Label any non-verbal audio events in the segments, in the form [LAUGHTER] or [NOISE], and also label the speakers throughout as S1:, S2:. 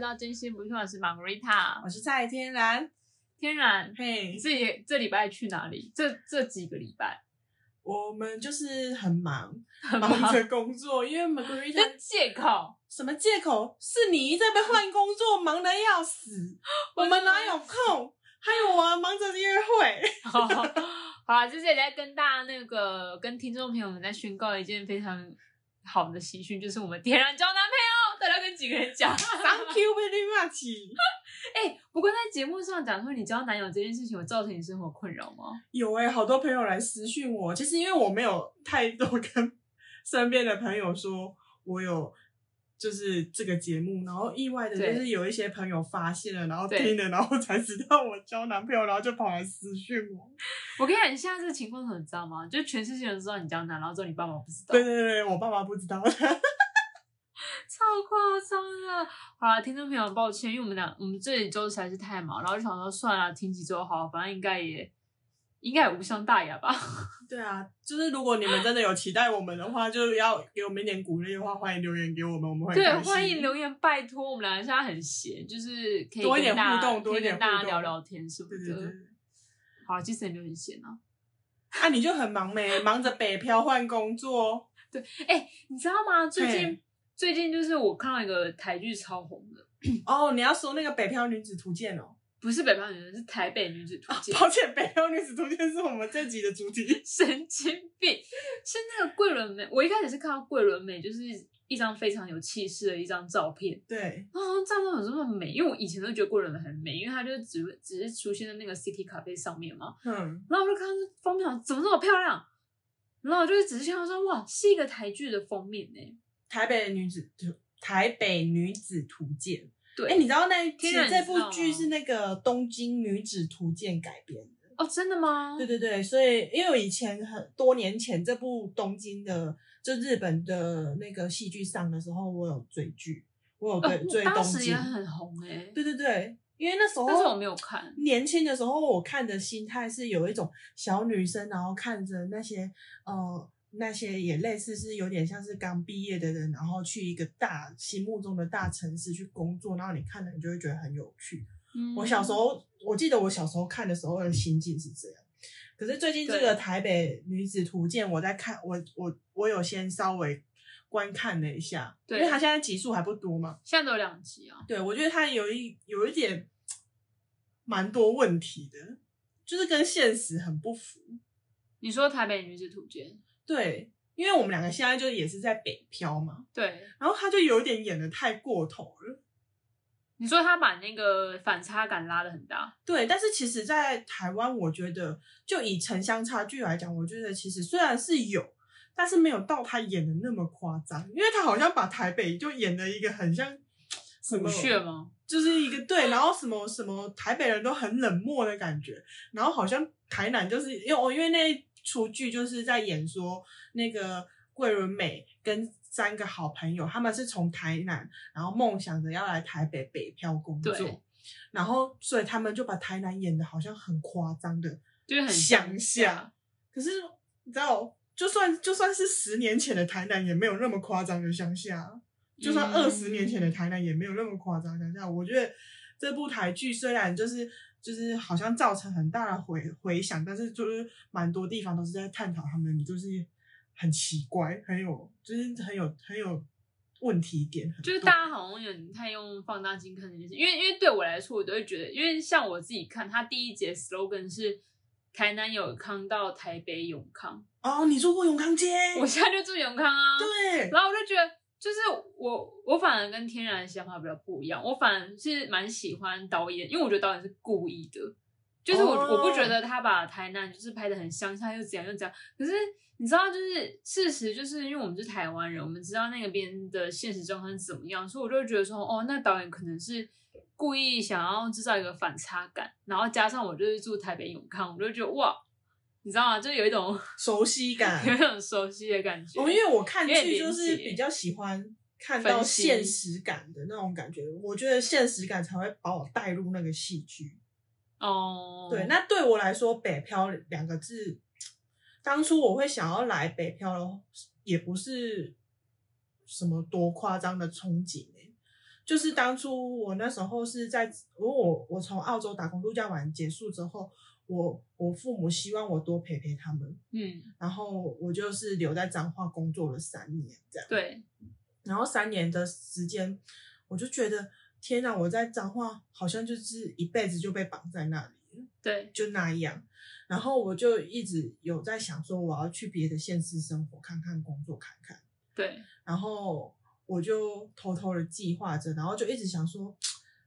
S1: 到真心不错，我是玛格丽塔
S2: 我，是蔡天然，
S1: 天然。
S2: 嘿
S1: 你，自己这礼拜去哪里？这这几个礼拜，
S2: 我们就是很忙，
S1: [LAUGHS] 很忙
S2: 忙着工作，因为 Margarita
S1: 这借口， [LAUGHS]
S2: 什么借口？是你在被换工作，忙得
S1: [LAUGHS]
S2: 要死，我们哪有空？还有我忙着约
S1: [LAUGHS]
S2: 会，
S1: 好啦，就是也在跟大家那个跟听众朋友们在宣告一件非常好的喜讯，就是我们天然交男朋友，大家跟几个人讲。 [LAUGHS]
S2: ，Thank you very much。
S1: 哎、不过在节目上讲说你交男友这件事情，有造成你生活困扰吗？
S2: 有哎、好多朋友来私讯我，其实因为我没有太多跟身边的朋友说我有就是这个节目，然后意外的
S1: 对
S2: 就是有一些朋友发现了，然后
S1: 对
S2: 听了，然后才知道我交男朋友，然后就跑来私讯我。
S1: 我跟你讲，你现在这个情况怎么知道吗？就全世界人都知道你交男，然后只有你爸妈不知道
S2: 对，对对，我爸妈不知道 [LAUGHS] 的。
S1: 超夸张的。好了，听众朋友，抱歉，因为我们俩我们这一周实在是太忙，然后就想说算了，停几周好了，反正应该也应该也无伤大雅吧。
S2: 对啊，就是如果你们真的有期待我们的话，就要给我们一点鼓励的话，欢迎留言给我们，我们会很
S1: 对，
S2: 开心
S1: 欢迎留言，拜托，我们俩现在很闲，就是可以
S2: 多一
S1: 跟
S2: 点
S1: 大
S2: 互
S1: 家
S2: 动多一
S1: 可以
S2: 点
S1: 跟大
S2: 互
S1: 家聊
S2: 动
S1: 聊天什么的。
S2: 对对对。
S1: 好，其实也没有很闲啊。
S2: 啊，你就很忙没，忙着北漂换工作，哦
S1: 你知道吗？最近
S2: 嘿
S1: 最近就是我看到一个台剧超红的，
S2: 哦，你要说那个《北漂女子图鉴》哦。
S1: 不是《北漂女人》，是《台北女子图鉴》
S2: 抱歉，《北漂女子图鉴》是我们这集的主题。
S1: [LAUGHS] 神经病！是那个桂纶镁，我一开始是看到桂纶镁就是一张非常有气势的一张照片，
S2: 对，
S1: 啊，照片有这么美？因为我以前都觉得桂纶镁很美，因为她就只只是出现在那个 City 咖啡上面嘛。
S2: 嗯，
S1: 然后我就看到这封面怎么这么漂亮，然后我就是仔细看到说，哇，是一个台剧的封面呢、
S2: 台北女子图，台北女子图鉴。
S1: 对，
S2: 哎、你知道那其
S1: 天然
S2: 实
S1: 你
S2: 这
S1: 知道
S2: 部剧
S1: 吗
S2: 是那个《东京女子图鉴》改编的。
S1: 哦，真的吗？
S2: 对对对，所以因为我以前很多年前这部东京的就日本的那个戏剧上的时候，我有追剧，我有
S1: 呃
S2: 追、追
S1: 当
S2: 东
S1: 时
S2: 京
S1: 也。很红哎、
S2: 对哦对对，因为那时候
S1: 但是我没有看
S2: 年轻的时候，我看的心态是有一种小女生，然后看着那些呃那些也类似是有点像是刚毕业的人，然后去一个大心目中的大城市去工作，然后你看了你就会觉得很有趣。
S1: 嗯
S2: 我小时候，我记得我小时候看的时候的心境是这样。可是最近这个《台北女子图鉴》，我在看，我我我有先稍微观看了一下，因
S1: 对
S2: 为它现在集数还不多嘛。
S1: 现在都有两集啊，
S2: 对，我觉得它有一有一点蛮多问题的，就是跟现实很不符。
S1: 你说《台北女子图鉴》
S2: 对，因为我们两个现在就也是在北漂嘛，
S1: 对。
S2: 然后他就有一点演的太过头了。
S1: 你说他把那个反差感拉的很大，
S2: 对，但是其实，在台湾，我觉得就以城乡差距来讲，我觉得其实虽然是有，但是没有到他演的那么夸张，因为他好像把台北就演了一个很像什
S1: 不
S2: 么
S1: 屑吗？
S2: 就是一个对，然后什么什么台北人都很冷漠的感觉，然后好像台南就是因为哦，因为那一出剧就是在演说那个桂纶镁跟三个好朋友，他们是从台南，然后梦想着要来台北北漂工
S1: 对
S2: 作，然后所以他们就把台南演的好像很夸张的，
S1: 就是很
S2: 乡
S1: 下
S2: 下。可是你知道，就算就算是十年前的台南也没有那么夸张的乡下，啊就算
S1: 嗯
S2: 二十年前的台南也没有那么夸张的乡下。我觉得这部台剧虽然就是就是好像造成很大的回回响，但是就是蛮多地方都是在探讨他们就是很奇怪，很有就是很有很有问题点很多，
S1: 就是大家好像有点太用放大镜看这件事，因为因为对我来说，我都会觉得，因为像我自己看，他第一节 slogan 是“台南有康到台北永康
S2: 哦，你住过永康街？”，
S1: 我现在就住永康啊，
S2: 对，
S1: 然后我就觉得，就是我我反而跟天然的想法比较不一样，我反而是蛮喜欢导演，因为我觉得导演是故意的，就是我、
S2: 哦
S1: 我不觉得他把台南就是拍的很乡下又怎样又怎样，可是你知道，就是事实就是因为我们是台湾人，我们知道那个边的现实状况是怎么样，所以我就会觉得说，哦，那导演可能是。故意想要制造一个反差感，然后加上我就是住台北永康，我就觉得哇，你知道吗？就有一种 [LAUGHS]
S2: 熟悉感，
S1: 有一种熟悉的感觉。
S2: 哦，因为我看
S1: 有点
S2: 剧就
S1: 连
S2: 是
S1: 结
S2: 比较喜欢看到
S1: 分析
S2: 现实感的那种感觉，我觉得现实感才会把我带入那个戏剧。
S1: 哦，
S2: 对，那对我来说，“北漂”两个字，当初我会想要来北漂，也不是什么多夸张的憧憬、欸、就是当初我那时候是在，因为我我从澳洲打工度假完结束之后，我我父母希望我多陪陪他们，
S1: 嗯，
S2: 然后我就是留在彰化工作了三年这样。
S1: 对，
S2: 然后三年的时间，我就觉得天哪，我在彰化好像就是一辈子就被绑在那里了，
S1: 对，
S2: 就那样。然后我就一直有在想说，我要去别的县市生活看看，工作看看。
S1: 对，
S2: 然后我就偷偷的计划着，然后就一直想说，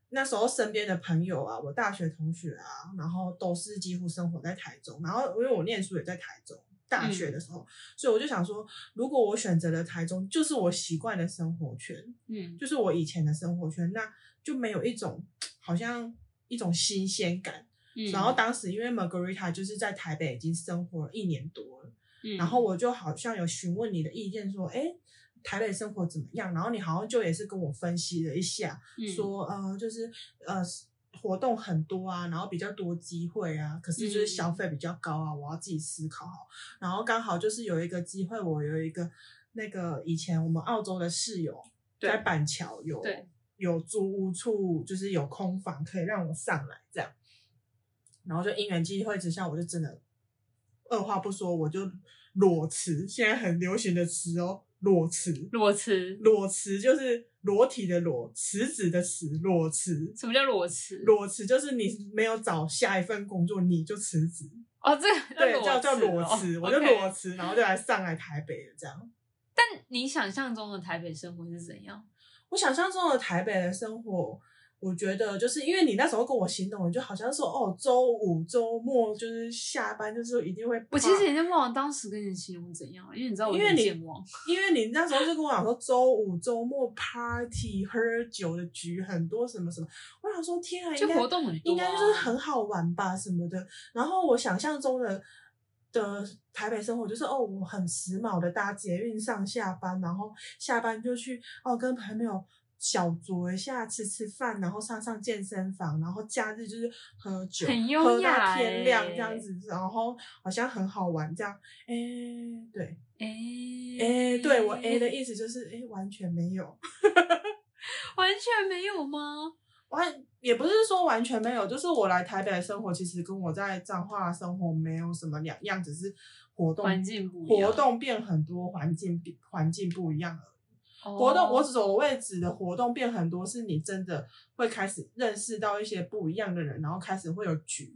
S2: 那时候身边的朋友啊，我大学同学啊，然后都是几乎生活在台中，然后因为我念书也在台中。大学的时候，所以我就想说，如果我选择了台中，就是我习惯的生活圈，
S1: 嗯，
S2: 就是我以前的生活圈，那就没有一种好像一种新鲜感。
S1: 嗯
S2: 然后，当时因为 Margarita 就是在台北已经生活了一年多了，
S1: 嗯
S2: 然后，我就好像有询问你的意见，说，哎，台北生活怎么样？然后你好像就也是跟我分析了一下，
S1: 嗯，
S2: 说，呃，就是呃活动很多啊，然后比较多机会啊，可是就是
S1: 嗯
S2: 消费比较高啊，我要自己思考好。然后刚好就是有一个机会，我有一个那个以前我们澳洲的室友
S1: 对
S2: 在板桥有
S1: 对
S2: 有租屋处，就是有空房可以让我上来这样。然后就因缘际会之下，我就真的二话不说，我就裸辞，现在很流行的词哦，裸辞。
S1: 裸辞，
S2: 裸辞就是裸体的裸，辞职的辞，裸辞。
S1: 什么叫裸辞？
S2: 裸辞就是你没有找下一份工作，你就辞职，
S1: 哦，这个
S2: 对，
S1: 裸
S2: 叫叫裸
S1: 哦
S2: 辞，
S1: ，OK [LAUGHS]
S2: 我就裸辞，然后就来上来台北了这样。
S1: 但你想象中的台北生活是怎样？
S2: 我想象中的台北的生活，我觉得就是因为你那时候跟我行动，你就好像说哦，周五周末就是下班就是一定会。
S1: 我其实已经忘了当时跟你形容怎样了，因为你知道我
S2: 因为
S1: 很
S2: 你
S1: 健忘。
S2: 因为你那时候就跟我讲说，周五周末 party 喝酒的局很多什么什么，我想说天啊，
S1: 就
S2: 应该
S1: 活动很多啊
S2: 应该就是很好玩吧什么的。然后我想象中的的台北生活就是哦，我很时髦的搭捷运上下班，然后下班就去哦跟朋友。小酌一下，吃吃饭，然后上上健身房，然后假日就是喝酒，
S1: 很优
S2: 喝
S1: 雅
S2: 到天亮
S1: 欸
S2: 这样子，然后好像很好玩这样。哎、对，
S1: 哎
S2: 哎、对我 A 的意思就是哎、完全没有，
S1: 完全没有吗？
S2: 完也不是说完全没有，就是我来台北的生活其实跟我在彰化生活没有什么两样，只是活动
S1: 环境不一样
S2: 活动变很多，环境变环境不一样而
S1: 哦
S2: 已。活动我所谓指的活动变很多，是你真的会开始认识到一些不一样的人，然后开始会有局。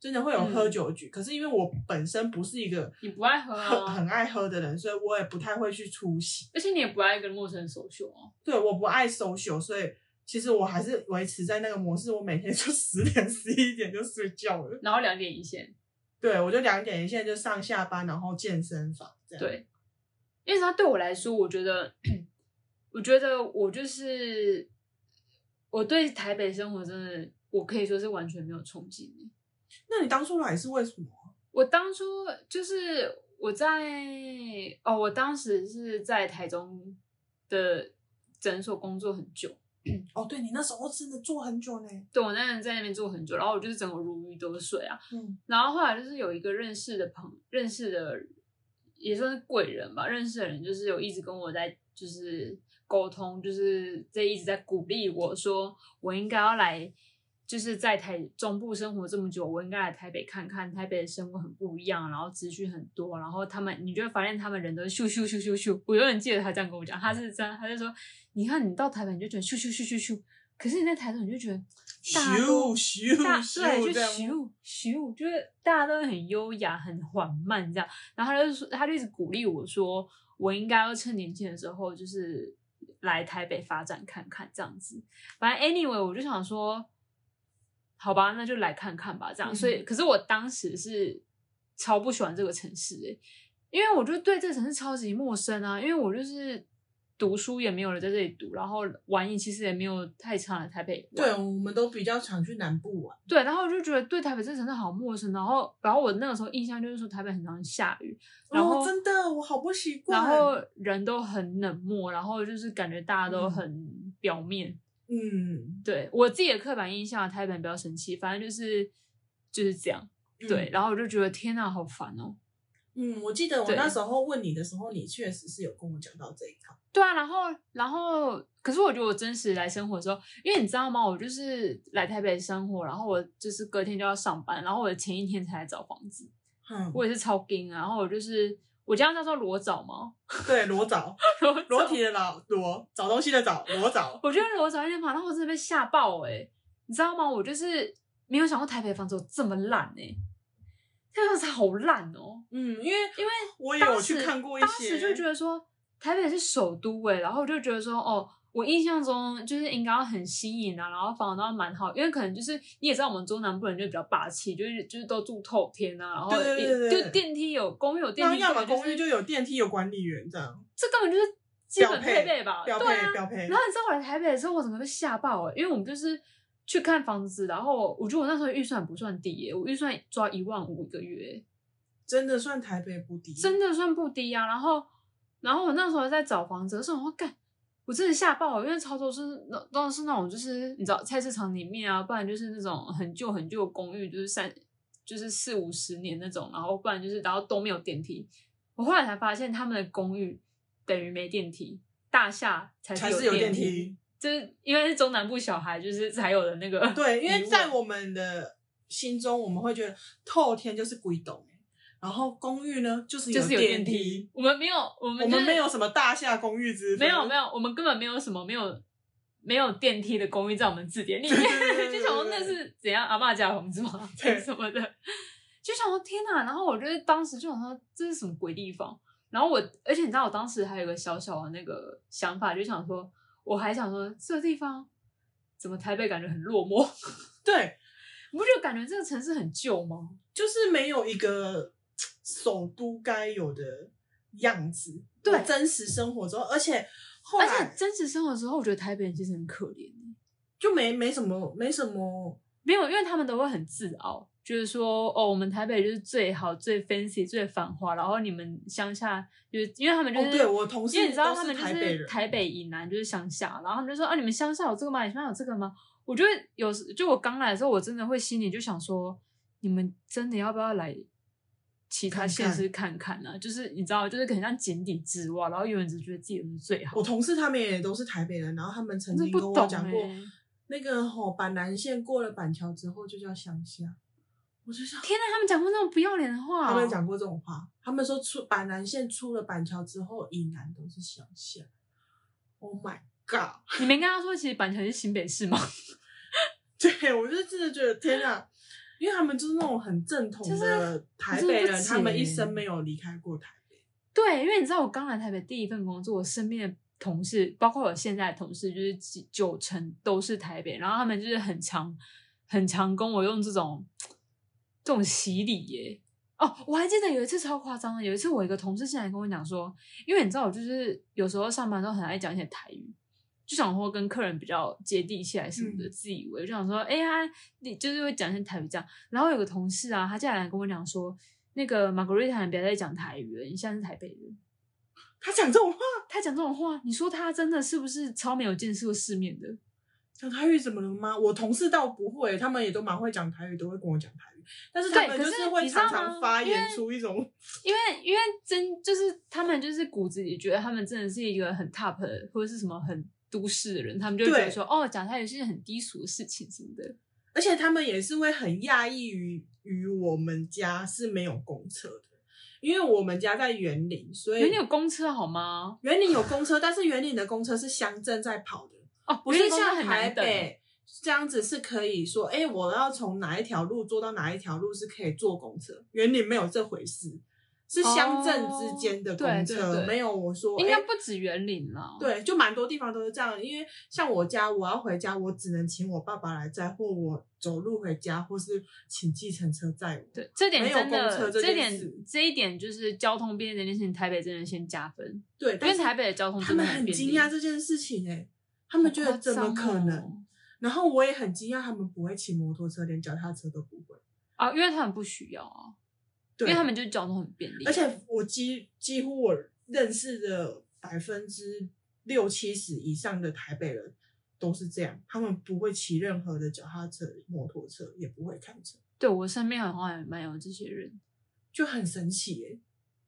S2: 真的会有喝酒局，可是因为我本身不是一个
S1: 嗯你不爱喝
S2: 很
S1: 啊
S2: 很爱喝的人，所以我也不太会去出席。
S1: 而且你也不爱跟陌生人熟秀哦。
S2: 对，我不爱 social，所以其实我还是维持在那个模式，我每天就十点十一点就睡觉了。
S1: 然后两点一线，
S2: 对，我就两点一线就上下班，然后健身房这样。，
S1: 对，因为他对我来说，我觉得，我觉得我就是我对台北生活真的，我可以说是完全没有憧憬的。
S2: 那你当初来是为什么？
S1: 我当初就是我在哦，我当时是在台中的诊所工作很久，
S2: 哦，对你那时候真的做很久呢。
S1: 对我那人在那边做很久，然后我就是整个如鱼得水啊。
S2: 嗯
S1: 然后后来就是有一个认识的朋，认识的也算是贵人吧，认识的人就是有一直跟我在就是沟通，就是在一直在鼓励我说我应该要来，就是在台中部生活这么久，我应该来台北看看，台北的生活很不一样，然后资讯很多，然后他们你就会发现他们人都是咻咻咻咻咻，我永远记得他这样跟我讲，他是这样，他就说你看你到台北你就觉得咻咻咻咻咻，可是你在台中你就觉得大家都
S2: 咻咻
S1: 大
S2: 咻
S1: 对，就
S2: 这样
S1: 咻咻，就是大家都很优雅、很缓慢这样。然后他就说，他就一直鼓励我说，我应该要趁年轻的时候，就是来台北发展看看这样子。反正 anyway，我就想说，好吧，那就来看看吧，这样。
S2: 嗯
S1: 所以，可是我当时是超不喜欢这个城市诶、因为我就对这个城市超级陌生啊，因为我就是。读书也没有人在这里读，然后玩其实也没有太常来台北玩。
S2: 对，我们都比较常去南部玩。
S1: 对，然后我就觉得对台北这城市好陌生，然后然后我那个时候印象就是说台北很常下雨，然后、
S2: 哦、真的，我好不习惯。
S1: 然后人都很冷漠，然后就是感觉大家都
S2: 嗯
S1: 很表面。
S2: 嗯，
S1: 对我自己的刻板印象，台北人比较生气，反正就是就是这样。
S2: 嗯
S1: 对，，然后我就觉得天呐，好烦哦。
S2: 嗯，我记得我
S1: 对
S2: 那时候问你的时候，你确实是有跟我讲到这一套。
S1: 对啊，然后然后，可是我觉得我真实来生活的时候，因为你知道吗？我就是来台北生活，然后我就是隔天就要上班，然后我的前一天才来找房子，
S2: 嗯，
S1: 我也是超惊啊。然后我就是我这样叫做裸找吗？
S2: 对，裸找，
S1: 裸
S2: 裸
S1: 找
S2: 体的裸，裸找东西的找，裸找。
S1: 我觉得裸找一天房，然后我真的被吓爆哎、你知道吗？我就是没有想过台北房子有这么烂哎、台北房子好烂哦、
S2: 嗯，因为
S1: 因为
S2: 我也
S1: 当
S2: 有
S1: 时
S2: 去看过一
S1: 当
S2: 些，
S1: 时就觉得说台北是首都哎、然后我就觉得说哦，我印象中就是应该要很新颖啊，然后房子都要蛮好，因为可能就是你也知道我们中南部人就比较霸气，就是就是都住透天啊，然后
S2: 对对对对对
S1: 就电梯有公寓有电
S2: 那
S1: 梯，
S2: 要么
S1: 根本
S2: 公寓
S1: 就
S2: 就是有电梯，有管理员这样，
S1: 这根本就是基本
S2: 标配
S1: 配备吧，
S2: 标配
S1: 对啊，
S2: 标配
S1: 然。后你知道我来台北的时候，我整个被吓爆欸了，因为我们就是去看房子，然后我觉得我那时候预算不算低欸耶、我预算抓一万五一个月、
S2: 真的算台北不低，
S1: 真的算不低啊。然后，然后我那时候在找房子的时候，我说干，我真的吓爆了，因为潮州是那都是那种就是你知道菜市场里面啊，不然就是那种很旧很旧的公寓，就是三就是四五十年那种，然后不然就是然后都没有电梯。我后来才发现他们的公寓等于没电梯，大厦才
S2: 才
S1: 是
S2: 是有
S1: 电
S2: 电梯。
S1: 就是因为是中南部小孩，就是才有的那个
S2: 对，因
S1: 疑
S2: 为
S1: 问
S2: 在我们的心中，我们会觉得透天就是鬼懂，然后公寓呢就是
S1: 就是有电
S2: 电
S1: 梯，我们没有，我
S2: 我
S1: 们就是
S2: 们没有什么大厦公寓之分，
S1: 没有没有，我们根本没有什么没有没有电梯的公寓在我们字典里面，
S2: 对对对对对
S1: 就想说那是怎样阿嬷家的房子
S2: [LAUGHS]
S1: 吗？
S2: 对
S1: 什么的，就想说天哪！然后我就是当时就想说这是什么鬼地方？然后我，而且你知道我当时还有个小小的那个想法，就想说我还想说这地方怎么台北感觉很落寞？ [LAUGHS]
S2: 对，
S1: 你不觉得感觉这个城市很旧吗？
S2: 就是没有一个首都该有的样子。
S1: 对
S2: 我真实生活中，而且后
S1: 而且
S2: 来
S1: 真实生活之后，我觉得台北人其实很可怜。
S2: 就没没什么没什么，
S1: 没有，因为他们都会很自傲，就是说哦，我们台北就是最好、最 fancy、最繁华，然后你们乡下就是因为他们就
S2: 哦
S1: 是、
S2: 对我同
S1: 嗯
S2: 事
S1: 因为你知道
S2: 都
S1: 他
S2: 是
S1: 们就
S2: 台北
S1: 是
S2: 人嗯
S1: 台北以南就是乡下，然后他们就说啊，你们乡下有这个吗？你乡下有这个吗？我觉得有时就我刚来的时候，我真的会心里就想说，你们真的要不要来其他
S2: 看
S1: 县
S2: 看
S1: 市看看呢、就是你知道，就是很像井底之蛙，然后永远只觉得自己是最好
S2: 我，同事他们也都是台北人，然后他们曾
S1: 真的
S2: 经
S1: 不
S2: 跟我
S1: 懂
S2: 讲
S1: 欸
S2: 过，那个吼、板南线过了板桥之后就叫乡下，我就想
S1: 天哪，他们讲过那种不要脸的话哦、
S2: 他们讲过这种话，他们说出板南线出了板桥之后，以南都是乡下。Oh my god！
S1: 你没跟他说，其实板桥是新北市吗？
S2: [LAUGHS] 对我就真的觉得天啊，因为他们就是那种很正统
S1: 就是
S2: 的台
S1: 真的
S2: 北
S1: 不
S2: 人，
S1: 解
S2: 他们一生没有离开过台北。
S1: 对，因为你知道我刚来台北第一份工作，我身边的同事，包括我现在的同事，就是几九成都是台北，然后他们就是很常很常跟我用这种这种洗礼耶。哦，我还记得有一次超夸张的，有一次我一个同事进来跟我讲说，因为你知道我就是有时候上班都很爱讲一些台语，就想说跟客人比较接地气还是什么的，
S2: 嗯
S1: 自以为就想说，哎、呀，你就是会讲一些台语这样。然后有个同事啊，他进来跟我讲说，那个玛格丽塔，你不要再讲台语了，你现在是台北人。
S2: 他讲这种话，
S1: 他讲这种话，你说他真的是不是超没有见识过世面的？
S2: 讲台语怎么了吗？我同事倒不会，他们也都蛮会讲台语，都会跟我讲台语，但是他
S1: 对
S2: 们
S1: 可
S2: 就是会
S1: 你知道
S2: 常
S1: 吗
S2: 常发
S1: 因
S2: 言
S1: 为
S2: 出一种
S1: 因为因为真就是他们就是骨子里觉得他们真的是一个很 top 的或者是什么很都市的人，他们就会觉
S2: 对
S1: 得说哦，讲台语是一件很低俗的事情什么的。
S2: 而且他们也是会很讶异于于我们家是没有公厕的，因为我们家在园林，所以
S1: 人家有公车好吗？
S2: 园林有公车，但是园林的公车是乡镇在跑的，
S1: 哦，
S2: 不
S1: 因
S2: 是
S1: 为公车
S2: 像
S1: 很
S2: 台
S1: 难等。
S2: 北这样子是可以说，哎、我要从哪一条路坐到哪一条路是可以坐公车，园林没有这回事，是乡镇之间的公车，
S1: 哦对对对
S2: 没有我说
S1: 应
S2: 哎
S1: 该不止园林啦。，
S2: 对，就蛮多地方都是这样，因为像我家，我要回家，我只能请我爸爸来载，或我走路回家，或是请计程车载我。
S1: 对，这点
S2: 没有
S1: 真的，
S2: 公车这
S1: 这
S2: 件
S1: 点
S2: 事
S1: 这一点就是交通便利这件事情，台北真的先加分，
S2: 对，
S1: 因
S2: 但
S1: 为
S2: 是
S1: 台北的交通
S2: 他
S1: 真的
S2: 们很
S1: 便利
S2: 惊讶这件事情哎、
S1: 他
S2: 他们觉得怎么可能？
S1: 哦、
S2: 然后我也很惊讶，他们不会骑摩托车，连脚踏车都不会。
S1: 啊？因为他们不需要啊，因
S2: 对，
S1: 为他们就是交通很便利，啊
S2: 而且我几几乎我认识的百分之六七十以上的台北人都是这样，他们不会骑任何的脚踏车、摩托车，也不会开车，
S1: 对我身边好像也蛮有这些人。
S2: 就很神奇耶、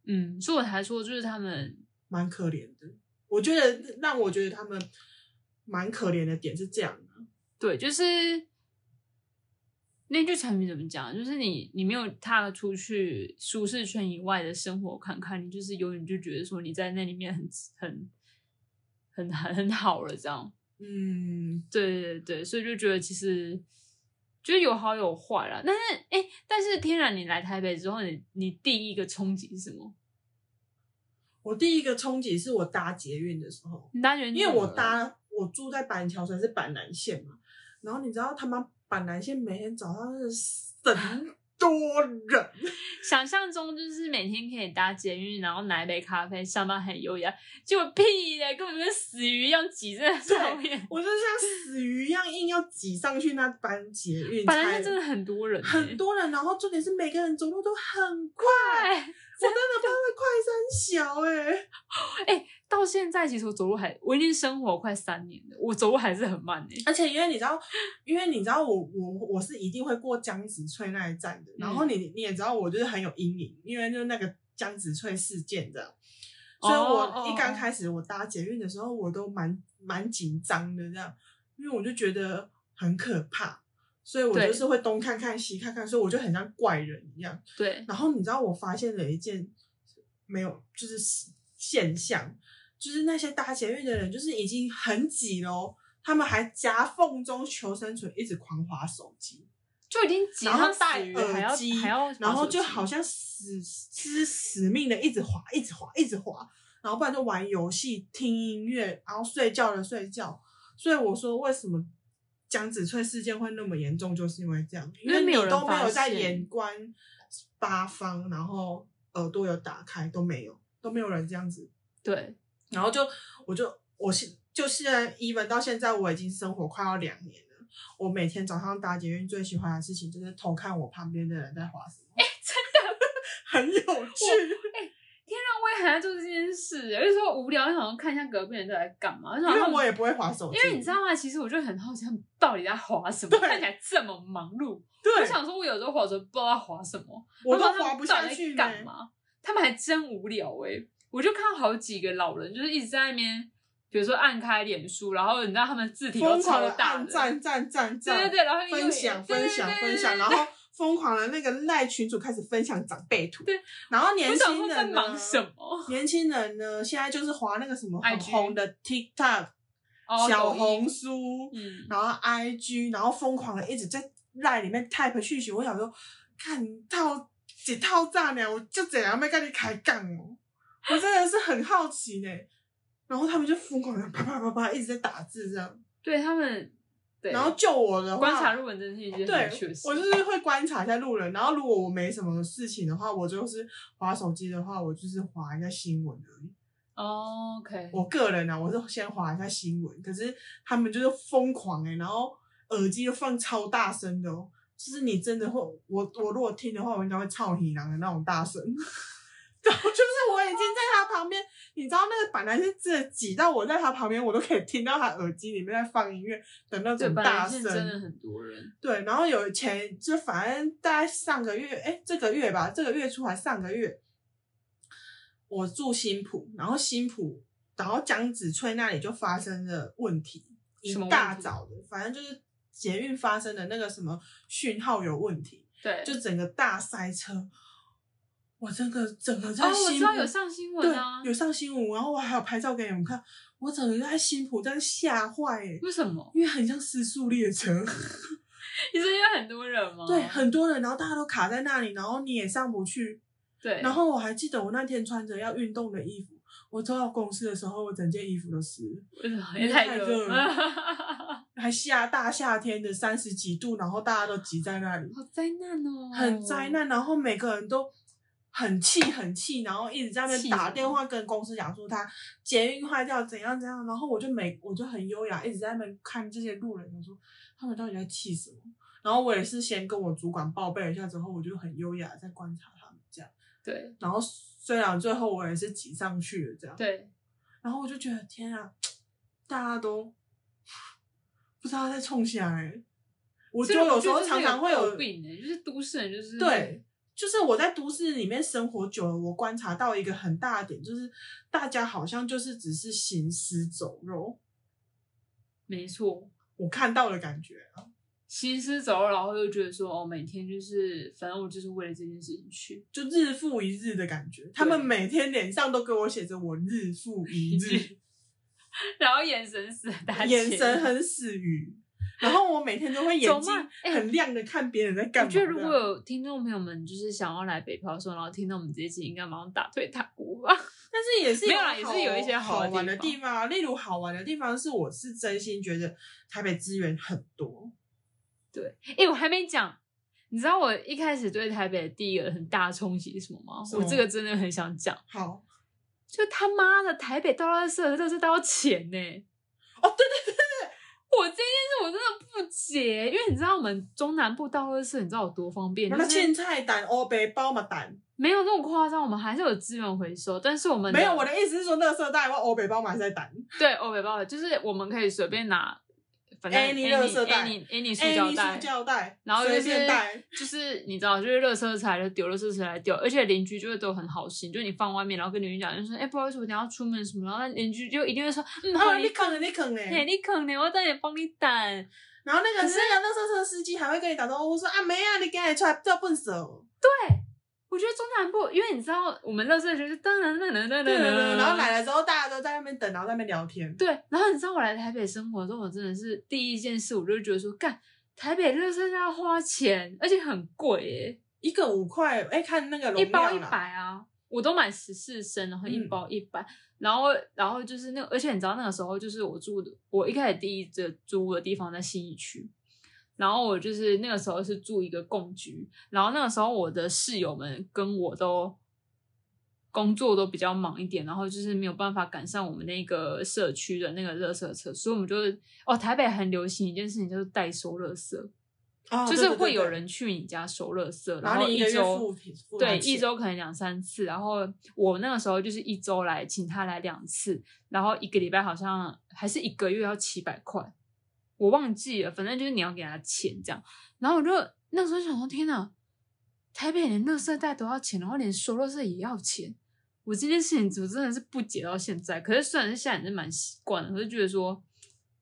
S2: 嗯，
S1: 所以我才说就是他们
S2: 蛮可怜的。我觉得让我觉得他们蛮可怜的点是这样啊的，
S1: 对，就是那句成语怎么讲？啊就是你你没有踏出去舒适圈以外的生活看看，你就是永远就觉得说你在那里面很很很很很好了这样。
S2: 嗯，
S1: 对对对，所以就觉得其实就是有好有坏啦。但是哎，但是天然你来台北之后，你你第一个冲击是什么？
S2: 我第一个冲击是我搭捷运的时候，
S1: 你搭觉得
S2: 因为我搭我住在板桥，算是板南线嘛，然后你知道他妈板南线每天早上
S1: [LAUGHS]
S2: 是神多人，
S1: 想象中就是每天可以搭捷运，然后拿一杯咖啡，上班很优雅，结果屁嘞，根本跟死鱼一样挤在上面。 [LAUGHS]
S2: 我就像死鱼一样硬要挤上去那班捷运，
S1: 本来
S2: 才
S1: 是真的很多人、欸，
S2: 很多人，然后重点是每个人走路都很快，
S1: 哎、
S2: 我真的不知道在快三小哎、
S1: 到现在其实我走路还，我已经生活快三年了，我走路还是很慢哎、
S2: 而且因为你知道，因为你知道我我我是一定会过江子翠那一站的，然后
S1: 嗯
S2: 你你也知道我就是很有阴影，因为就是那个江子翠事件这样，所以
S1: 哦
S2: 我
S1: 哦
S2: 一刚开始我搭捷运的时候，我都蛮蛮紧张的这样，因为我就觉得很可怕，所以我
S1: 对
S2: 就是会东看看西看看，所以我就很像怪人一样。
S1: 对，
S2: 然后你知道我发现了一件没有就是现象，就是那些搭捷运的人就是已经很挤喽，他们还夹缝中求生存，一直狂划手机，
S1: 就已经挤
S2: 然后
S1: 上
S2: 戴
S1: 死鱼，还要
S2: 耳机，
S1: 还要，
S2: 然后就好。像死死死命的一直划，一直划，一直划，然后不然就玩游戏、听音乐，然后睡觉的睡觉。所以我说为什么江子翠事件会那么严重，就是因为这样，
S1: 因
S2: 因
S1: 为
S2: 为
S1: 没
S2: 你
S1: 有人
S2: 都没
S1: 发
S2: 有在
S1: 现
S2: 眼观八方，然后耳朵有打开，都没有，都没有人这样子
S1: 对，
S2: 然后就我就我现就现在 even 到现在我已经生活快要两年了，我每天早上搭捷运最喜欢的事情就是偷看我旁边的人在滑什么，哎、真的 [LAUGHS] 很有趣，
S1: 天啊，我也还在做这件事、欸，有时候无聊，就想要看一下隔壁人都在干嘛，就想
S2: 因为
S1: 他们
S2: 我也不会滑手机，
S1: 因为你知道吗？其实我就很好奇他们到底在划什么，
S2: 对
S1: 看起来这么忙碌。我
S2: 对，
S1: 想说，我有时候划着不知道在划什么，
S2: 我
S1: 然
S2: 都
S1: 后
S2: 滑
S1: 他
S2: 不
S1: 们到
S2: 下
S1: 底在
S2: 去
S1: 干
S2: 呢。
S1: 嘛？他们还真无聊哎、我就看到好几个老人，就是一直在那边，比如说按开脸书，然后你知道他们字体都
S2: 疯
S1: 超
S2: 狂的
S1: 大
S2: 按
S1: 的，
S2: 赞赞赞
S1: 对
S2: 赞，
S1: 对对，然后又
S2: 分享
S1: 对
S2: 分享分享，然后疯狂的那个赖群主开始分享长辈图，
S1: 对，
S2: 然后
S1: 对
S2: 年
S1: 我想
S2: 轻
S1: 说在
S2: 人呢啊
S1: 忙什么？
S2: 年轻人呢，现在就是滑那个什么很
S1: IG
S2: 红的 TikTok、
S1: 哦
S2: 小
S1: 抖音
S2: 红书，
S1: 嗯，
S2: 然后 IG，然后疯狂的一直在 line 里面 type 讯息。我想说，看套一套炸呢，我就怎样要跟你开杠哦，我真的是很好奇呢。然后他们就疯狂的啪啪啪啪一直在打字这样，
S1: 对他们，对，
S2: 然后救我的话，
S1: 观察路人真是一件很
S2: 对
S1: 有趣的，事
S2: 我就是会观察一下路人，然后如果我没什么事情的话，我就是划手机的话，我就是划一下新闻而已。
S1: 哦 OK，
S2: 我个人呢、啊我是先划一下新闻，可是他们就是疯狂哎、然后耳机就放超大声的哦，就是你真的会，我我如果听的话，我应该会操你娘的那种大声。 [LAUGHS] 然后就是我已经在他旁边，你知道那个本来是自己挤到我在他旁边，我都可以听到他耳机里面在放音乐的那
S1: 对，
S2: 种
S1: 本
S2: 大
S1: 来
S2: 声
S1: 是。真的很多人，
S2: 对，然后有前就反正大概上个月，哎，这个月吧，这个月初还上个月，我住新浦，然后新浦，然后江子翠那里就发生了问题，一
S1: 什么问
S2: 大
S1: 题
S2: 早的，反正就是捷运发生的那个什么讯号有问题，
S1: 对，
S2: 就整个大塞车，我整个整个
S1: 哦，
S2: 在
S1: 我知
S2: 新浦、
S1: 道有上新闻啊
S2: 对，，有上新闻，然后我还有拍照给你们看，我整个在新浦真的吓坏、欸，
S1: 为什么？
S2: 因为很像失速列车。
S1: 你是因为很多人吗？
S2: 对，很多人，然后大家都卡在那里，然后你也上不去。
S1: 对，
S2: 然后我还记得我那天穿着要运动的衣服，我走到公司的时候，我整件衣服都湿了，
S1: 为什么？
S2: 因
S1: 也
S2: 为
S1: 太
S2: 太
S1: 热
S2: 热
S1: 了 [LAUGHS]
S2: 了。还下大夏天的三十几度，然后大家都挤在那里，
S1: 好灾难哦，
S2: 很灾。难。然后每个人都很气很气，然后一直在那
S1: 气
S2: 边
S1: 什
S2: 打
S1: 么
S2: 电话跟公司讲说他捷运坏掉怎样怎样。然后我就每我就很优雅，一直在那边看这些路人，我说他们到底在气什么。然后我也是先跟我主管报备了一下，之后我就很优雅地在观察他们这样。
S1: 对
S2: 然后虽然最后我也是挤上去了这样，
S1: 对，
S2: 然后我就觉得天啊，大家都不知道在冲啥哎、我
S1: 所
S2: 就
S1: 以
S2: 有
S1: 我
S2: 时
S1: 觉得
S2: 候
S1: 这是
S2: 常常会
S1: 有欸
S2: 有
S1: 诟病的，就是都市人就是
S2: 对，就是我在都市里面生活久了，我观察到一个很大的点，就是大家好像就是只是行尸走肉，
S1: 没错，
S2: 我看到的感觉啊。
S1: 行尸走肉，然后又觉得说哦，每天就是反正我就是为了这件事情去， [LAUGHS]
S2: 就日复一日的感觉，他们每天脸上都给我写着我日复
S1: [LAUGHS]
S2: 一日，
S1: 然后眼神死了大姐
S2: 眼神很死鱼，然后我每天都会眼睛
S1: 走慢哎
S2: 很亮的看别人在干
S1: 我
S2: 嘛。
S1: 觉得如果有听众朋友们就是想要来北漂的时候，然后听到我们这一集，应该马上打退堂鼓吧。 [LAUGHS]
S2: 但是也是
S1: 没有啦也
S2: 好
S1: 是有一些好
S2: 好
S1: 的
S2: 玩的
S1: 地
S2: 地方啊，例如好玩的地方是，我是真心觉得台北资源很多，
S1: 对，哎、我还没讲，你知道我一开始对台北的第一个很大冲击是什么吗？
S2: 什
S1: 我
S2: 么
S1: 这个真的很想讲，
S2: 好
S1: 就他妈的台北倒垃圾，垃圾倒到钱呢、
S2: 哦，对
S1: 我这件事我真的不解，因为你知道我们中南部倒垃圾，你知道有多方便？
S2: 对，
S1: 就
S2: 那
S1: 是
S2: 青菜蛋、欧北包嘛蛋，
S1: 没有那么夸张，我们还是有资源回收，但是我们
S2: 没有我的意思是说，垃圾袋或欧北包嘛在蛋，
S1: 对哦欧北包的，就是我们可以随便拿，反正
S2: Any 垃圾袋
S1: any any 塑
S2: 哎，
S1: 胶
S2: 你
S1: 袋
S2: 塑。胶袋，
S1: 然后就
S2: 随
S1: 是
S2: 便袋，
S1: 就是你知道，就是垃圾车来就丢，垃圾车来丢，而且邻居就会都很好心，就你放外面，然后跟邻居讲，就说，哎、不好意思，我等一下出门什么，然后那邻居就一定会说，嗯，好，
S2: 啊，你
S1: 你
S2: 啃了你啃哎、
S1: 嘿，你坑呢，我等下帮你挡。
S2: 然后那个
S1: 可
S2: 那
S1: 是
S2: 个垃圾车司机还会跟你打招呼说啊没啊，你赶紧出来叫笨手，
S1: 我觉得中南部，因为你知道我们垃圾就是噔噔噔噔噔
S2: 对
S1: 噔
S2: 对
S1: 噔，
S2: 对，然后来了之后大家都在那边等，然后在那边聊天，
S1: 对，然后你知道我来台北生活的时候，我真的是第一件事，我就觉得说，干台北垃圾要花钱，而且很贵耶、
S2: 一个五块，哎、看那个容
S1: 一
S2: 量
S1: 包
S2: 啦
S1: 一百啊，我都买十四升，然后一
S2: 嗯
S1: 包一百、然后然后就是那个，而且你知道那个时候就是我住的，我一开始第一个租的地方在信义区，然后我就是那个时候是住一个共居，然后那个时候我的室友们跟我都工作都比较忙一点，然后就是没有办法赶上我们那个社区的那个垃圾车，所以我们就是哦，台北很流行一件事情，就是代收垃圾，
S2: 哦
S1: 就
S2: 对
S1: 是
S2: 对对
S1: 会有
S2: 对
S1: 人去你家收垃圾，
S2: 然后你
S1: 一
S2: 一个月
S1: 周
S2: 付付他
S1: 对，
S2: 钱
S1: 一周可能两三次，然后我那个时候就是一周来请他来两次，然后一个礼拜好像还是一个月要七百块，我忘记了，反正就是你要给他钱这样。然后我就那时候想说，天哪，台北连垃圾袋都要钱，然后连收垃圾也要钱，我这件事情我真的是不解到现在。可是虽然是现在也是蛮习惯的，我就觉得说，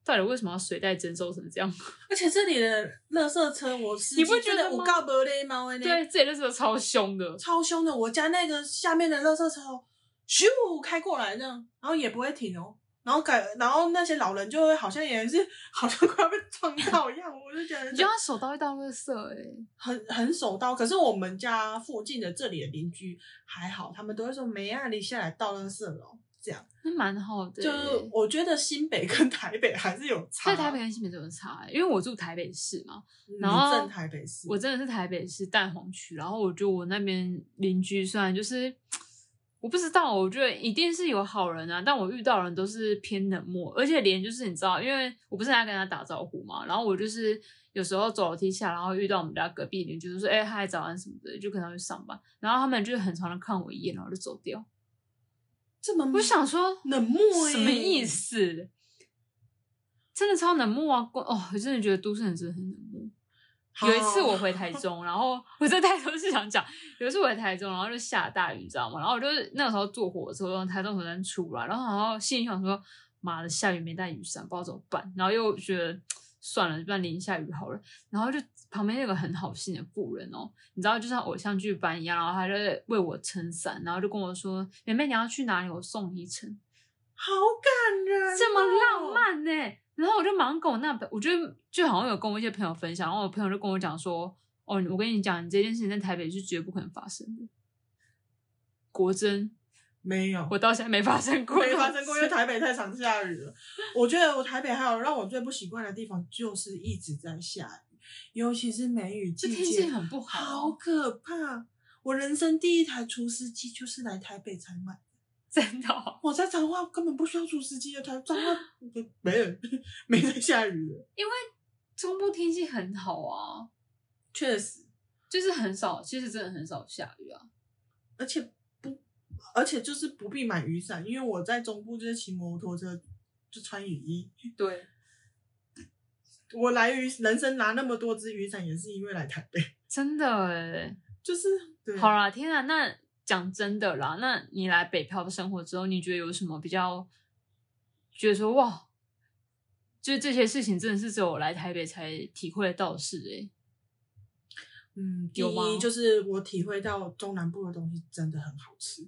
S1: 到底为什么要随袋征收成这样？ [LAUGHS]
S2: 而且这里的垃圾车，我司机
S1: 你不觉得吗
S2: 真的有告不勒猫呢？
S1: 对，，这里就是超凶的，
S2: 超凶的。我家那个下面的垃圾车哦，咻开过来这样，然后也不会停哦。然后改，然后那些老人就会好像也是好像快要被撞到一样，我就觉得
S1: 你就要手到一道垃圾哎、
S2: 很很手刀。可是我们家附近的这里的邻居还好，他们都会说没啊，你下来倒垃圾了哦。这样，
S1: 那蛮好的欸、
S2: 就是我觉得新北跟台北还是有差。
S1: 在台北，跟新北都有差、欸，因为我住台北市嘛，然后
S2: 正台北市，
S1: 我真的是台北市蛋黄区，然后我觉得我那边邻居虽然就是我不知道，我觉得一定是有好人啊，但我遇到的人都是偏冷漠，而且连就是你知道，因为我不是还跟他打招呼嘛，然后我就是有时候走楼梯下，然后遇到我们家隔壁邻居，就说哎嗨早安什么的，就可能要去上班，然后他们就是很常的看我一眼，然后就走掉，
S2: 这么
S1: 我想说
S2: 冷漠、欸，
S1: 什么意？思？真的超冷漠啊！光哦，我真的觉得都市人真的很冷漠。有一次我回台中，然后我在台中是想讲，有一次我回台中，然后就下大雨，你知道吗？然后我就是那个时候坐火车从台中火车站出来，然后然后心里想说，妈的，下雨没带雨伞，不知道怎么办。然后又觉得算了，不然淋一下雨好了。然后就旁边有个很好心的妇人哦，你知道，就像偶像剧般一样，然后他就在为我撑伞，然后就跟我说，妹妹你要去哪里，我送你一程。
S2: 好感人、哦
S1: 这么浪。漫呢、然后我就马上跟我那朋，我就就好像有跟我一些朋友分享，然后我朋友就跟我讲说，哦，我跟你讲，你这件事情在台北是绝对不可能发生的。果真，
S2: 没有，
S1: 我到现在没发生过，
S2: 没发生过，因为台北太常下雨了。我觉得我台北还有让我最不习惯的地方，就是一直在下雨，尤其是梅雨
S1: 这
S2: 季
S1: 天气
S2: 节，
S1: 很不好
S2: 好
S1: 啊，
S2: 可怕。我人生第一台除湿机就是来台北才买，
S1: 真的哦、
S2: 我在彰化根本不需要除湿机的，台彰化没有 [LAUGHS] 没在下雨的，
S1: 中部天气很好啊，
S2: 确实，
S1: 就是很少，其实真的很少下雨啊。
S2: 而且不，而且就是不必买雨伞，因为我在中部就是骑摩托车就穿雨衣，
S1: 对，
S2: 我来雨人生拿那么多支雨伞也是因为来台北，
S1: 真的哎、
S2: 就是对，
S1: 好啦，天啊，那讲真的啦，那你来北漂的生活之后，你觉得有什么比较觉得说哇，就是这些事情真的是只有我来台北才体会得到的事欸
S2: [LAUGHS]
S1: 诶、
S2: 嗯，第
S1: 有吗
S2: 一就是我体会到中南部的东西真的很好吃，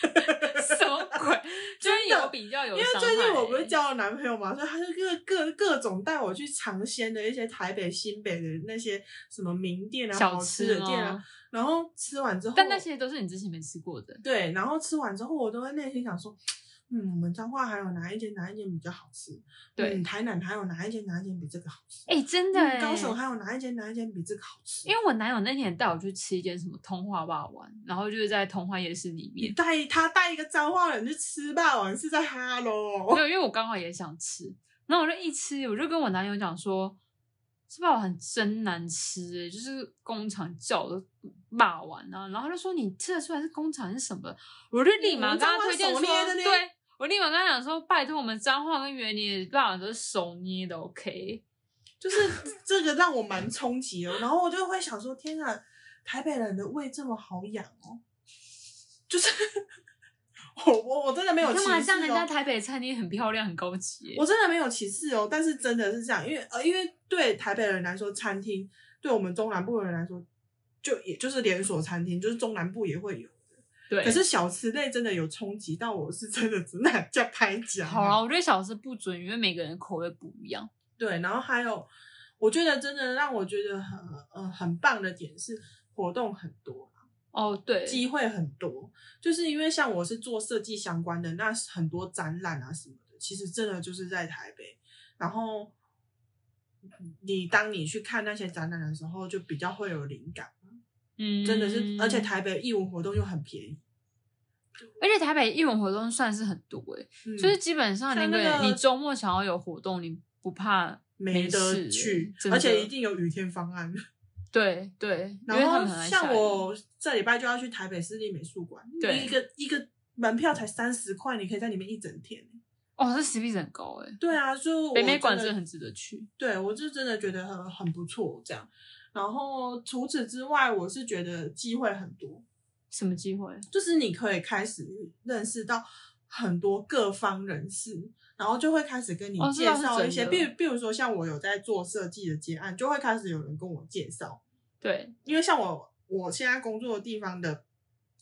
S1: 什么鬼？就是
S2: 真的
S1: 有比较有、
S2: 因
S1: 伤
S2: 为最近
S1: 害
S2: 我不是
S1: 欸
S2: 交了男朋友嘛，所以他就各各各种带我去尝鲜的一些台北、新北的那些什么名店啊、
S1: 小
S2: 好吃
S1: 吃
S2: 的
S1: 吗
S2: 店啊，然后吃完之后，嗯
S1: 但那些都是你之前没吃过的。
S2: 对，然后吃完之后，我都会内心想说，嗯，我们彰化还有哪一间哪一间比较好吃？
S1: 对
S2: 嗯，台南还有哪一间哪一间比这个好吃？
S1: 哎、真的、欸
S2: 嗯，高雄还有哪一间哪一间比这个好吃？
S1: 因为我男友那天也带我去吃一间什么通化霸王，然后就是在通化夜市里
S2: 你
S1: 面。
S2: 带他带一个彰化人去吃霸王是在哈喽
S1: 没，有，因为我刚好也想吃，然后我就一吃，我就跟我男友讲说，这霸王真难吃、欸，就是工厂叫的霸王啊。然后他就说你吃得出来是工厂还是什么？我就立马
S2: 我们
S1: 跟他
S2: 彰化
S1: 推荐说，
S2: 手捏的呢
S1: 对我立马跟他讲说，拜托我们彰化跟园林的霸王都是手捏的，OK。
S2: 就是这个让我蛮冲击的。然后我就会想说，天啊，台北人的胃这么好养哦，就是 [LAUGHS] 我我我真 [LAUGHS] 的没有
S1: 你
S2: 歧
S1: 干嘛
S2: 视
S1: 像人家
S2: 哦。
S1: 台北餐厅很漂亮、很高级、欸？
S2: 我真的没有歧视哦，但是真的是这样，因为呃，因为对台北人来说，餐厅对我们中南部人来说，就也就是连锁餐厅，就是中南部也会有。
S1: 对，
S2: 可是小吃类真的有冲击到我，是真的只能叫拍讲。
S1: 好啊啦，我觉得小吃不准，因为每个人口味不一样。
S2: 对，然后还有，我觉得真的让我觉得很呃很棒的点是活动很多，
S1: 哦，对，
S2: 机会很多，就是因为像我是做设计相关的，那很多展览啊什么的，其实真的就是在台北。然后你当你去看那些展览的时候，就比较会有灵感，
S1: 嗯，
S2: 真的是，而且，台北义务活动又很便宜，
S1: 而且台北艺文活动算是很多欸诶、
S2: 嗯
S1: 就是基本上你
S2: 像
S1: 可以
S2: 那个
S1: 你周末想要有活动，你不怕
S2: 没
S1: 事
S2: 得
S1: 欸
S2: 去，
S1: 真
S2: 而且
S1: 的
S2: 一定有雨天方案。
S1: 对对，因为他
S2: 然
S1: 们
S2: 后
S1: 很爱下
S2: 像
S1: 雨
S2: 我这礼拜就要去台北市立美术馆，
S1: 对
S2: 一个一个门票才三十块，你可以在里面一整天。
S1: 哦，这 CP 值很高诶、
S2: 对啊，就我
S1: 北美馆
S2: 真
S1: 真
S2: 的
S1: 的很值得去。
S2: 对我就真的觉得很很不错这样。然后除此之外，我是觉得机会很多，
S1: 什么机会？
S2: 就是你可以开始认识到很多各方人士，然后就会开始跟你
S1: 哦这
S2: 介
S1: 倒是
S2: 绍一些，
S1: 真
S2: 比
S1: 的
S2: 如比如说像我有在做设计的接案，就会开始有人跟我介绍。
S1: 对，
S2: 因为像我我现在工作的地方的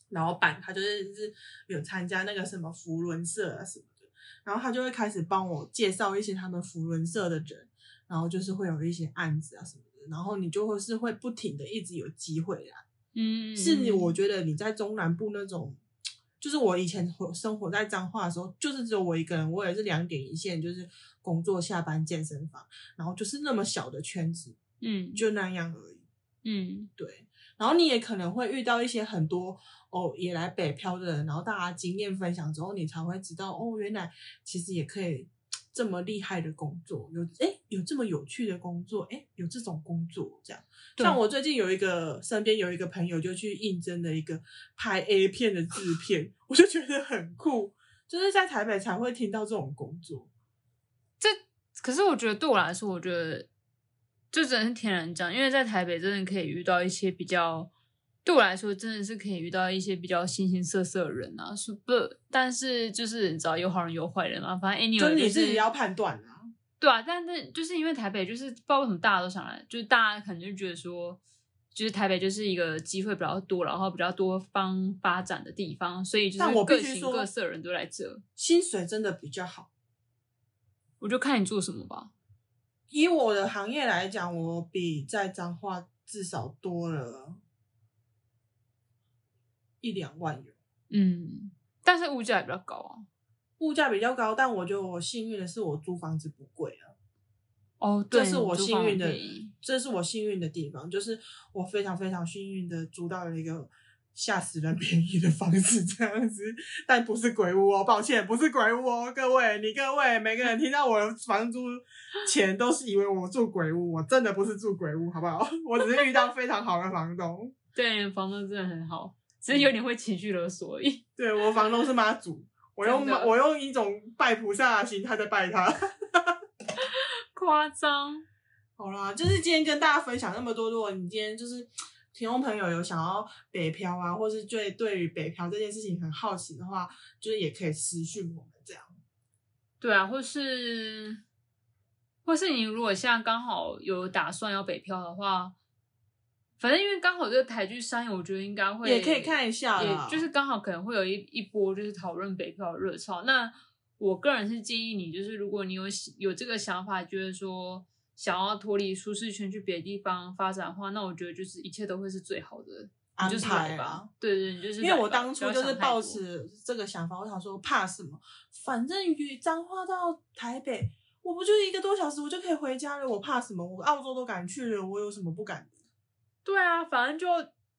S2: 老板，他就是是有参加那个什么福伦社啊什么的，然后他就会开始帮我介绍一些他们福伦社的人，然后就是会有一些案子啊什么的，然后你就会是会不停的一直有机会啦。
S1: 嗯，
S2: 是你，我觉得你在中南部那种，就是我以前活生活在彰化的时候，就是只有我一个人，我也是两点一线，就是工作、下班、健身房，然后就是那么小的圈子，
S1: 嗯
S2: 就那样而已。
S1: 嗯，
S2: 对，然后你也可能会遇到一些很多哦也来北漂的人，然后大家经验分享之后，你才会知道哦，原来其实也可以这么厉害的工作，有哎有这么有趣的工作，哎有这种工作这样。
S1: 对
S2: 像我最近有一个身边有一个朋友就去应征了一个拍 A 片的制片， [LAUGHS] 我就觉得很酷，就是在台北才会听到这种工作。
S1: 可是我觉得对我来说，我觉得就真的是天然这样，因为在台北真的可以遇到一些比较，对我来说真的是可以遇到一些比较形形色色的人啊，是不？但是就是你知道有好人有坏人嘛，反正 anyway
S2: 就是
S1: 是
S2: 你自己要判断啊。
S1: 对啊，但是就是因为台北就是不知道为什么大家都想来，就是大家可能就觉得说。就是台北就是一个机会比较多，然后比较多方发展的地方，所以就是
S2: 但我必
S1: 各
S2: 须
S1: 形
S2: 说
S1: 各色的人都来这，
S2: 薪水真的比较好。
S1: 我就看你做什么吧。
S2: 以我的行业来讲，我比在彰化至少多了一两万元，
S1: 嗯，但是物价也比较高啊。
S2: 物价比较高，但我觉得我幸运的是我租房子不贵啊，
S1: 哦，对，
S2: 这是我
S1: 租
S2: 幸
S1: 房
S2: 运的
S1: 便宜，
S2: 这是我幸运的地方，就是我非常非常幸运的租到了一个。吓死人便宜的房子这样子，但不是鬼屋哦，抱歉，不是鬼屋哦，各位，你各位每个人听到我的房租钱都是以为我住鬼屋，我真的不是住鬼屋，好不好？ [LAUGHS] 我只是遇到非常好的房东。
S1: 对，你的房东真的很好，只是有点会情绪勒索而已。 [LAUGHS]
S2: 对我房东是妈祖，我用
S1: 真的
S2: 我用一种拜菩萨的心态在拜他。 [LAUGHS]
S1: 夸张，
S2: 好啦，就是今天跟大家分享那么多，如果你今天就是听众朋友有想要北漂啊，或是对对于北漂这件事情很好奇的话，就是也可以私讯我们这样。
S1: 对啊，或是或是你如果现在刚好有打算要北漂的话，反正因为刚好这个台剧上映，我觉得应该会
S2: 也可以看一下啦
S1: 也就是刚好可能会有一一波就是讨论北漂的热潮。那我个人是建议你，就是如果你有有这个想法，觉得说想要脱离舒适圈去别的地方发展的话，那我觉得就是一切都会是最好的。你
S2: 安
S1: 就是来
S2: 排
S1: 吧，
S2: 啊。
S1: 对对，你就是
S2: 因为
S1: 来
S2: 我
S1: 吧
S2: 当初
S1: 不要
S2: 就是
S1: 想太
S2: 抱
S1: 多
S2: 持这个想法，我想说怕什么，反正与彰化到台北，我不就一个多小时，我就可以回家了，我怕什么？我澳洲都敢去了，我有什么不敢的？
S1: 对啊，反正就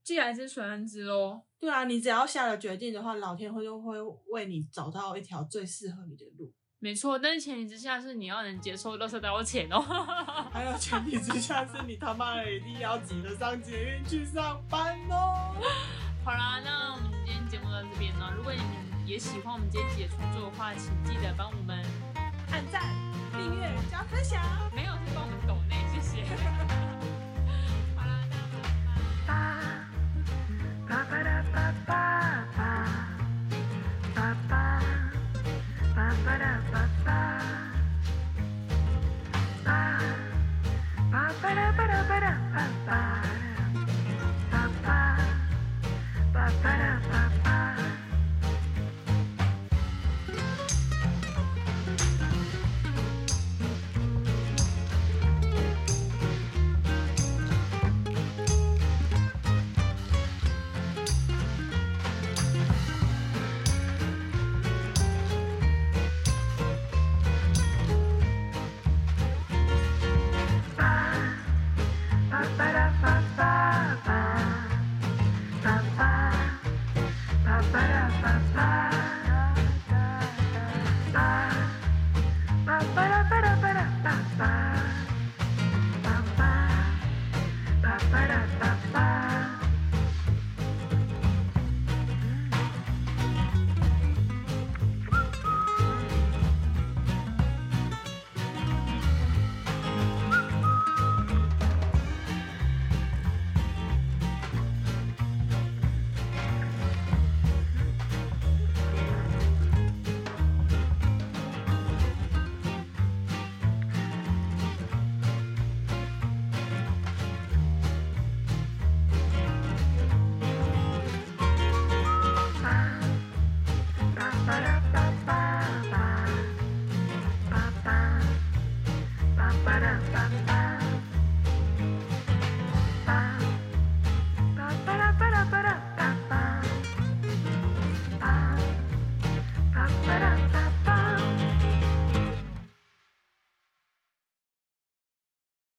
S1: 既然是水安子喽。
S2: 对啊，你只要下了决定的话，老天会就会为你找到一条最适合你的路。 [LAUGHS]
S1: 没错，但是前提之下是你要能接受垃圾袋钱哦。 [LAUGHS]
S2: 还有前提之下，是你他妈的一定要挤得上捷运去上班哦。
S1: 好啦，那我们今天节目到这边呢。如果你们也喜欢我们这一集的创作的话，请记得帮我们
S2: 按赞、订阅、加分享。
S1: 没有是帮我们抖内，谢谢。 [LAUGHS]